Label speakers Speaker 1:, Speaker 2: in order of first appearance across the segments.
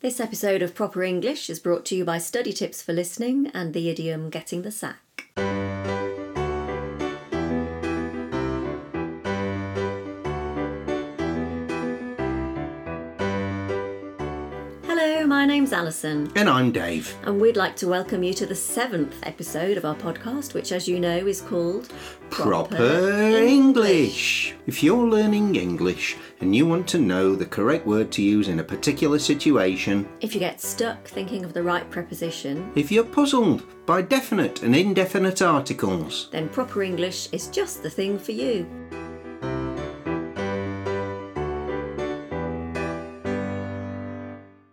Speaker 1: This episode of Proper English is brought to you by Study Tips for Listening and the idiom Getting the Sack. Hello, my name's Alison.
Speaker 2: And I'm Dave.
Speaker 1: And we'd like to welcome you to the seventh episode of our podcast, which, as you know, is called
Speaker 2: Proper, English. If you're learning English and you want to know the correct word to use in a particular situation,
Speaker 1: If you get stuck thinking of the right preposition,
Speaker 2: if you're puzzled by definite and indefinite articles,
Speaker 1: then proper English is just the thing for you.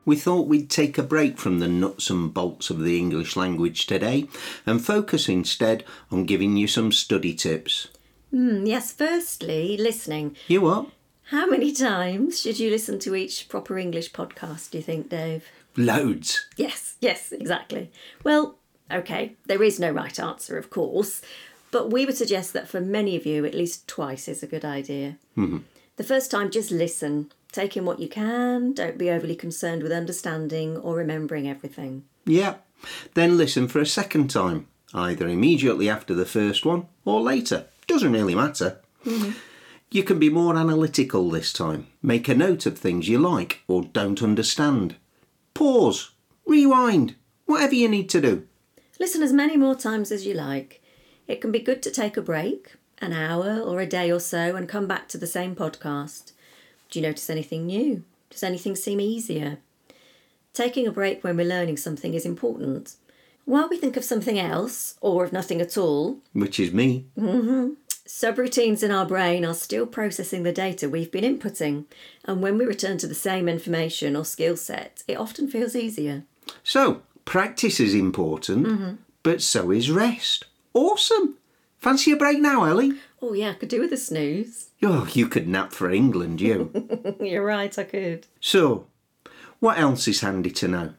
Speaker 2: we thought we'd take a break from the nuts and bolts of the English language today and focus instead on giving you some study tips.
Speaker 1: Hmm, yes, firstly, listening.
Speaker 2: You what?
Speaker 1: How many times should you listen to each proper English podcast, do you think, Dave?
Speaker 2: Loads.
Speaker 1: Yes, yes, exactly. Well, okay, there is no right answer, of course, but we would suggest that for many of you, at least twice is a good idea. The first time, just listen. Take in what you can, don't be overly concerned with understanding or remembering everything.
Speaker 2: Yeah. Then listen for a second time, either immediately after the first one or later. Doesn't really matter. You can be more analytical this time. Make a note of things you like or don't understand. Pause, rewind, whatever you need to do.
Speaker 1: Listen as many more times as you like. It can be good to take a break, an hour or a day or so, and come back to the same podcast. Do you notice anything new? Does anything seem easier? Taking a break when we're learning something is important. While we think of something else, or of nothing at all,
Speaker 2: Which is me.
Speaker 1: subroutines in our brain are still processing the data we've been inputting, and when we return to the same information or skill set, it often feels easier.
Speaker 2: So, practice is important, but so is rest. Awesome. Fancy a break now, Ellie?
Speaker 1: Oh, yeah, I could do with a snooze.
Speaker 2: Oh, you could nap for England, you.
Speaker 1: You're right, I could.
Speaker 2: So, what else is handy to know?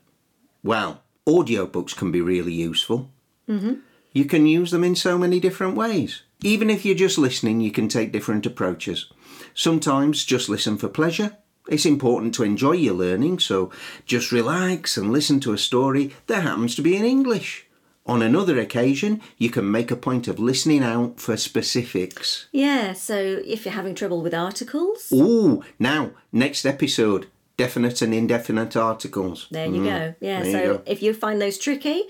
Speaker 2: Well, audiobooks can be really useful. Mm-hmm. You can use them in so many different ways. Even if you're just listening, you can take different approaches. Sometimes just listen for pleasure. It's important to enjoy your learning, so just relax and listen to a story that happens to be in English. On another occasion, you can make a point of listening out for specifics.
Speaker 1: Yeah, so if you're having trouble with articles,
Speaker 2: Ooh, now, next episode definite and indefinite articles.
Speaker 1: there you go. Yeah,
Speaker 2: Mm-hmm. there you
Speaker 1: so
Speaker 2: go.
Speaker 1: if you find those tricky,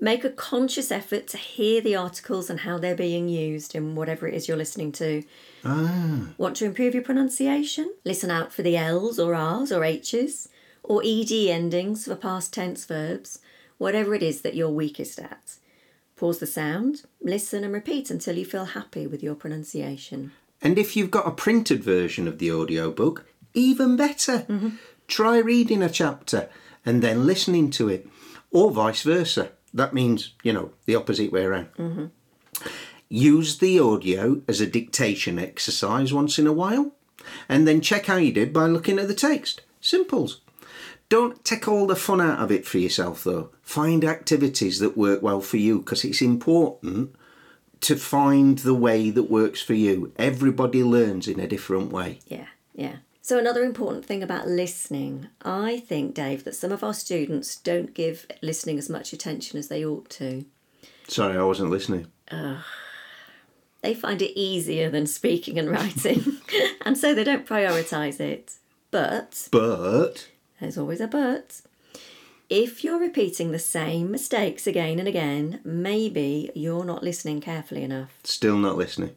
Speaker 1: make a conscious effort to hear the articles and how they're being used in whatever it is you're listening to. Ah. Want to improve your pronunciation? Listen out for the L's or R's or H's or ED endings for past tense verbs, whatever it is that you're weakest at. Pause the sound, listen and repeat until you feel happy with your pronunciation.
Speaker 2: And if you've got a printed version of the audiobook, even better. Try reading a chapter and then listening to it, or vice versa. That means, you know, the opposite way around. Use the audio as a dictation exercise once in a while, and then check how you did by looking at the text. Simples. Don't take all the fun out of it for yourself, though. Find activities that work well for you because it's important to find the way that works for you. Everybody learns in a different way.
Speaker 1: Yeah, yeah. So, another important thing about listening, I think, Dave, that some of our students don't give listening as much attention as they ought to.
Speaker 2: Sorry, I wasn't listening.
Speaker 1: They find it easier than speaking and writing, and so they don't prioritise it. But,
Speaker 2: But
Speaker 1: there's always a but, if you're repeating the same mistakes again and again, maybe you're not listening carefully enough.
Speaker 2: still not listening.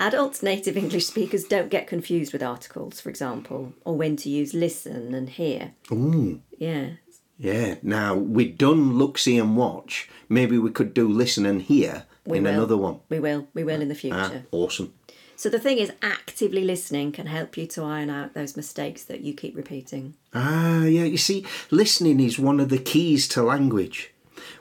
Speaker 1: Adult native English speakers don't get confused with articles, for example, or when to use listen and hear.
Speaker 2: Ooh.
Speaker 1: Yeah.
Speaker 2: Yeah. Now we've done look, see, and watch. Maybe we could do listen and hear in
Speaker 1: will.
Speaker 2: another one.
Speaker 1: We will. We will in the
Speaker 2: Ah,
Speaker 1: future.
Speaker 2: awesome.
Speaker 1: So the thing is, actively listening can help you to iron out those mistakes that you keep repeating.
Speaker 2: Ah, yeah. You see, listening is one of the keys to language.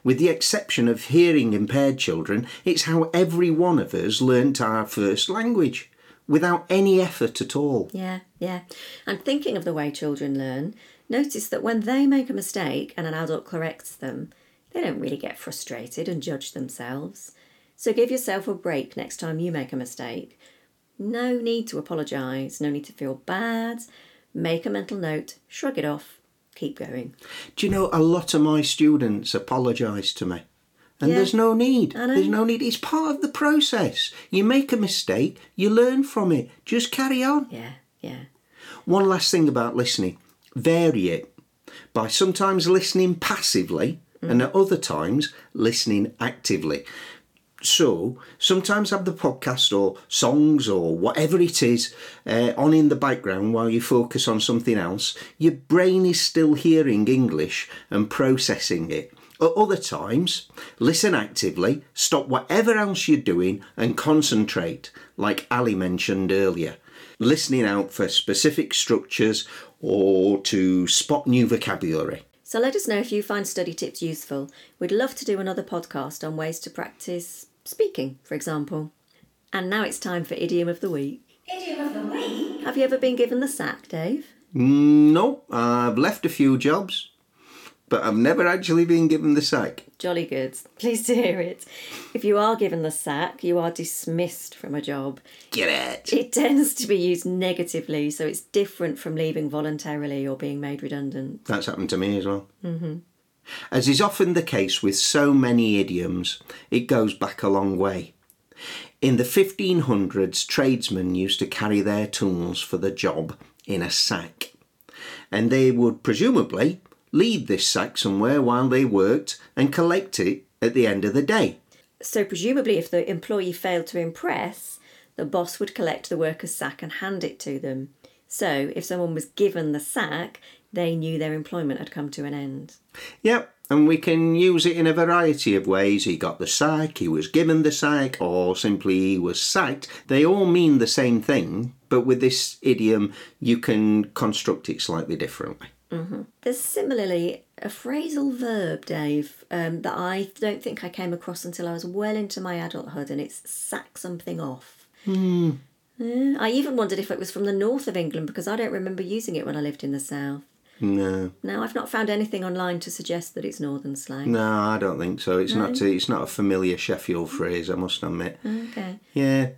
Speaker 2: With the exception of hearing impaired children, it's how every one of us learnt our first language without any effort at all.
Speaker 1: Yeah, yeah. And thinking of the way children learn, notice that when they make a mistake and an adult corrects them, they don't really get frustrated and judge themselves. So give yourself a break next time you make a mistake. No need to apologise, no need to feel bad. make a mental note, shrug it off, keep going.
Speaker 2: Do you know a lot of my students apologise to me? And
Speaker 1: Yeah.
Speaker 2: there's no need.
Speaker 1: I know.
Speaker 2: There's no need. It's part of the process. You make a mistake, you learn from it. Just carry on.
Speaker 1: Yeah, yeah.
Speaker 2: One last thing about listening vary it by sometimes listening passively and at other times listening actively. So sometimes have the podcast or songs or whatever it is uh, on in the background while you focus on something else. Your brain is still hearing English and processing it. At other times, listen actively, stop whatever else you're doing and concentrate, like Ali mentioned earlier. Listening out for specific structures or to spot new vocabulary.
Speaker 1: So let us know if you find study tips useful. We'd love to do another podcast on ways to practice speaking, for example. And now it's time for idiom of the week.
Speaker 3: Idiom of the week.
Speaker 1: Have you ever been given the sack, Dave?
Speaker 2: No, I've left a few jobs, but I've never actually been given the sack.
Speaker 1: Jolly good. Pleased to hear it. If you are given the sack, you are dismissed from a job.
Speaker 2: Get it.
Speaker 1: It tends to be used negatively, so it's different from leaving voluntarily or being made redundant.
Speaker 2: That's happened to me as well. Mm-hmm. As is often the case with so many idioms, it goes back a long way. In the 1500s, tradesmen used to carry their tools for the job in a sack, and they would presumably leave this sack somewhere while they worked and collect it at the end of the day.
Speaker 1: So, presumably, if the employee failed to impress, the boss would collect the worker's sack and hand it to them. So, if someone was given the sack, they knew their employment had come to an end.
Speaker 2: Yep, and we can use it in a variety of ways. He got the sack, he was given the sack, or simply he was sacked. They all mean the same thing, but with this idiom, you can construct it slightly differently.
Speaker 1: There's similarly a phrasal verb, Dave, um, that I don't think I came across until I was well into my adulthood, and it's sack something off. Yeah, I even wondered if it was from the north of England because I don't remember using it when I lived in the south.
Speaker 2: No,
Speaker 1: Now, I've not found anything online to suggest that it's northern slang.
Speaker 2: no, I don't think so. It's not. it's not a familiar Sheffield phrase. I must admit.
Speaker 1: Okay.
Speaker 2: Yeah.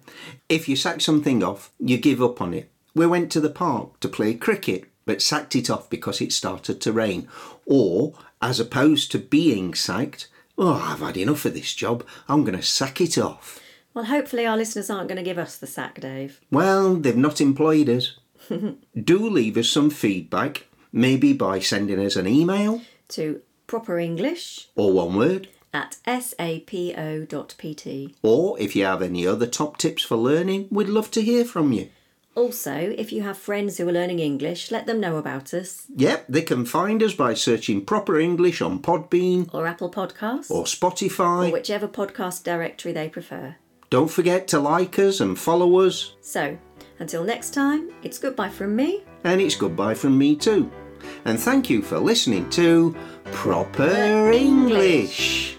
Speaker 2: If you sack something off, you give up on it. We went to the park to play cricket, but sacked it off because it started to rain. Or, as opposed to being sacked, oh, I've had enough of this job, I'm going to sack it off.
Speaker 1: Well, hopefully, our listeners aren't going to give us the sack, Dave.
Speaker 2: Well, they've not employed us. Do leave us some feedback, maybe by sending us an email
Speaker 1: To proper English
Speaker 2: or one word.
Speaker 1: at sapo.pt.
Speaker 2: Or if you have any other top tips for learning, we'd love to hear from you.
Speaker 1: Also, if you have friends who are learning English, let them know about us.
Speaker 2: Yep, they can find us by searching proper English on Podbean,
Speaker 1: or Apple Podcasts,
Speaker 2: or
Speaker 1: or
Speaker 2: Spotify.
Speaker 1: whichever podcast directory they prefer.
Speaker 2: Don't forget to like us and follow us.
Speaker 1: So, until next time, it's goodbye from me.
Speaker 2: And it's goodbye from me too. And thank you for listening to Proper English.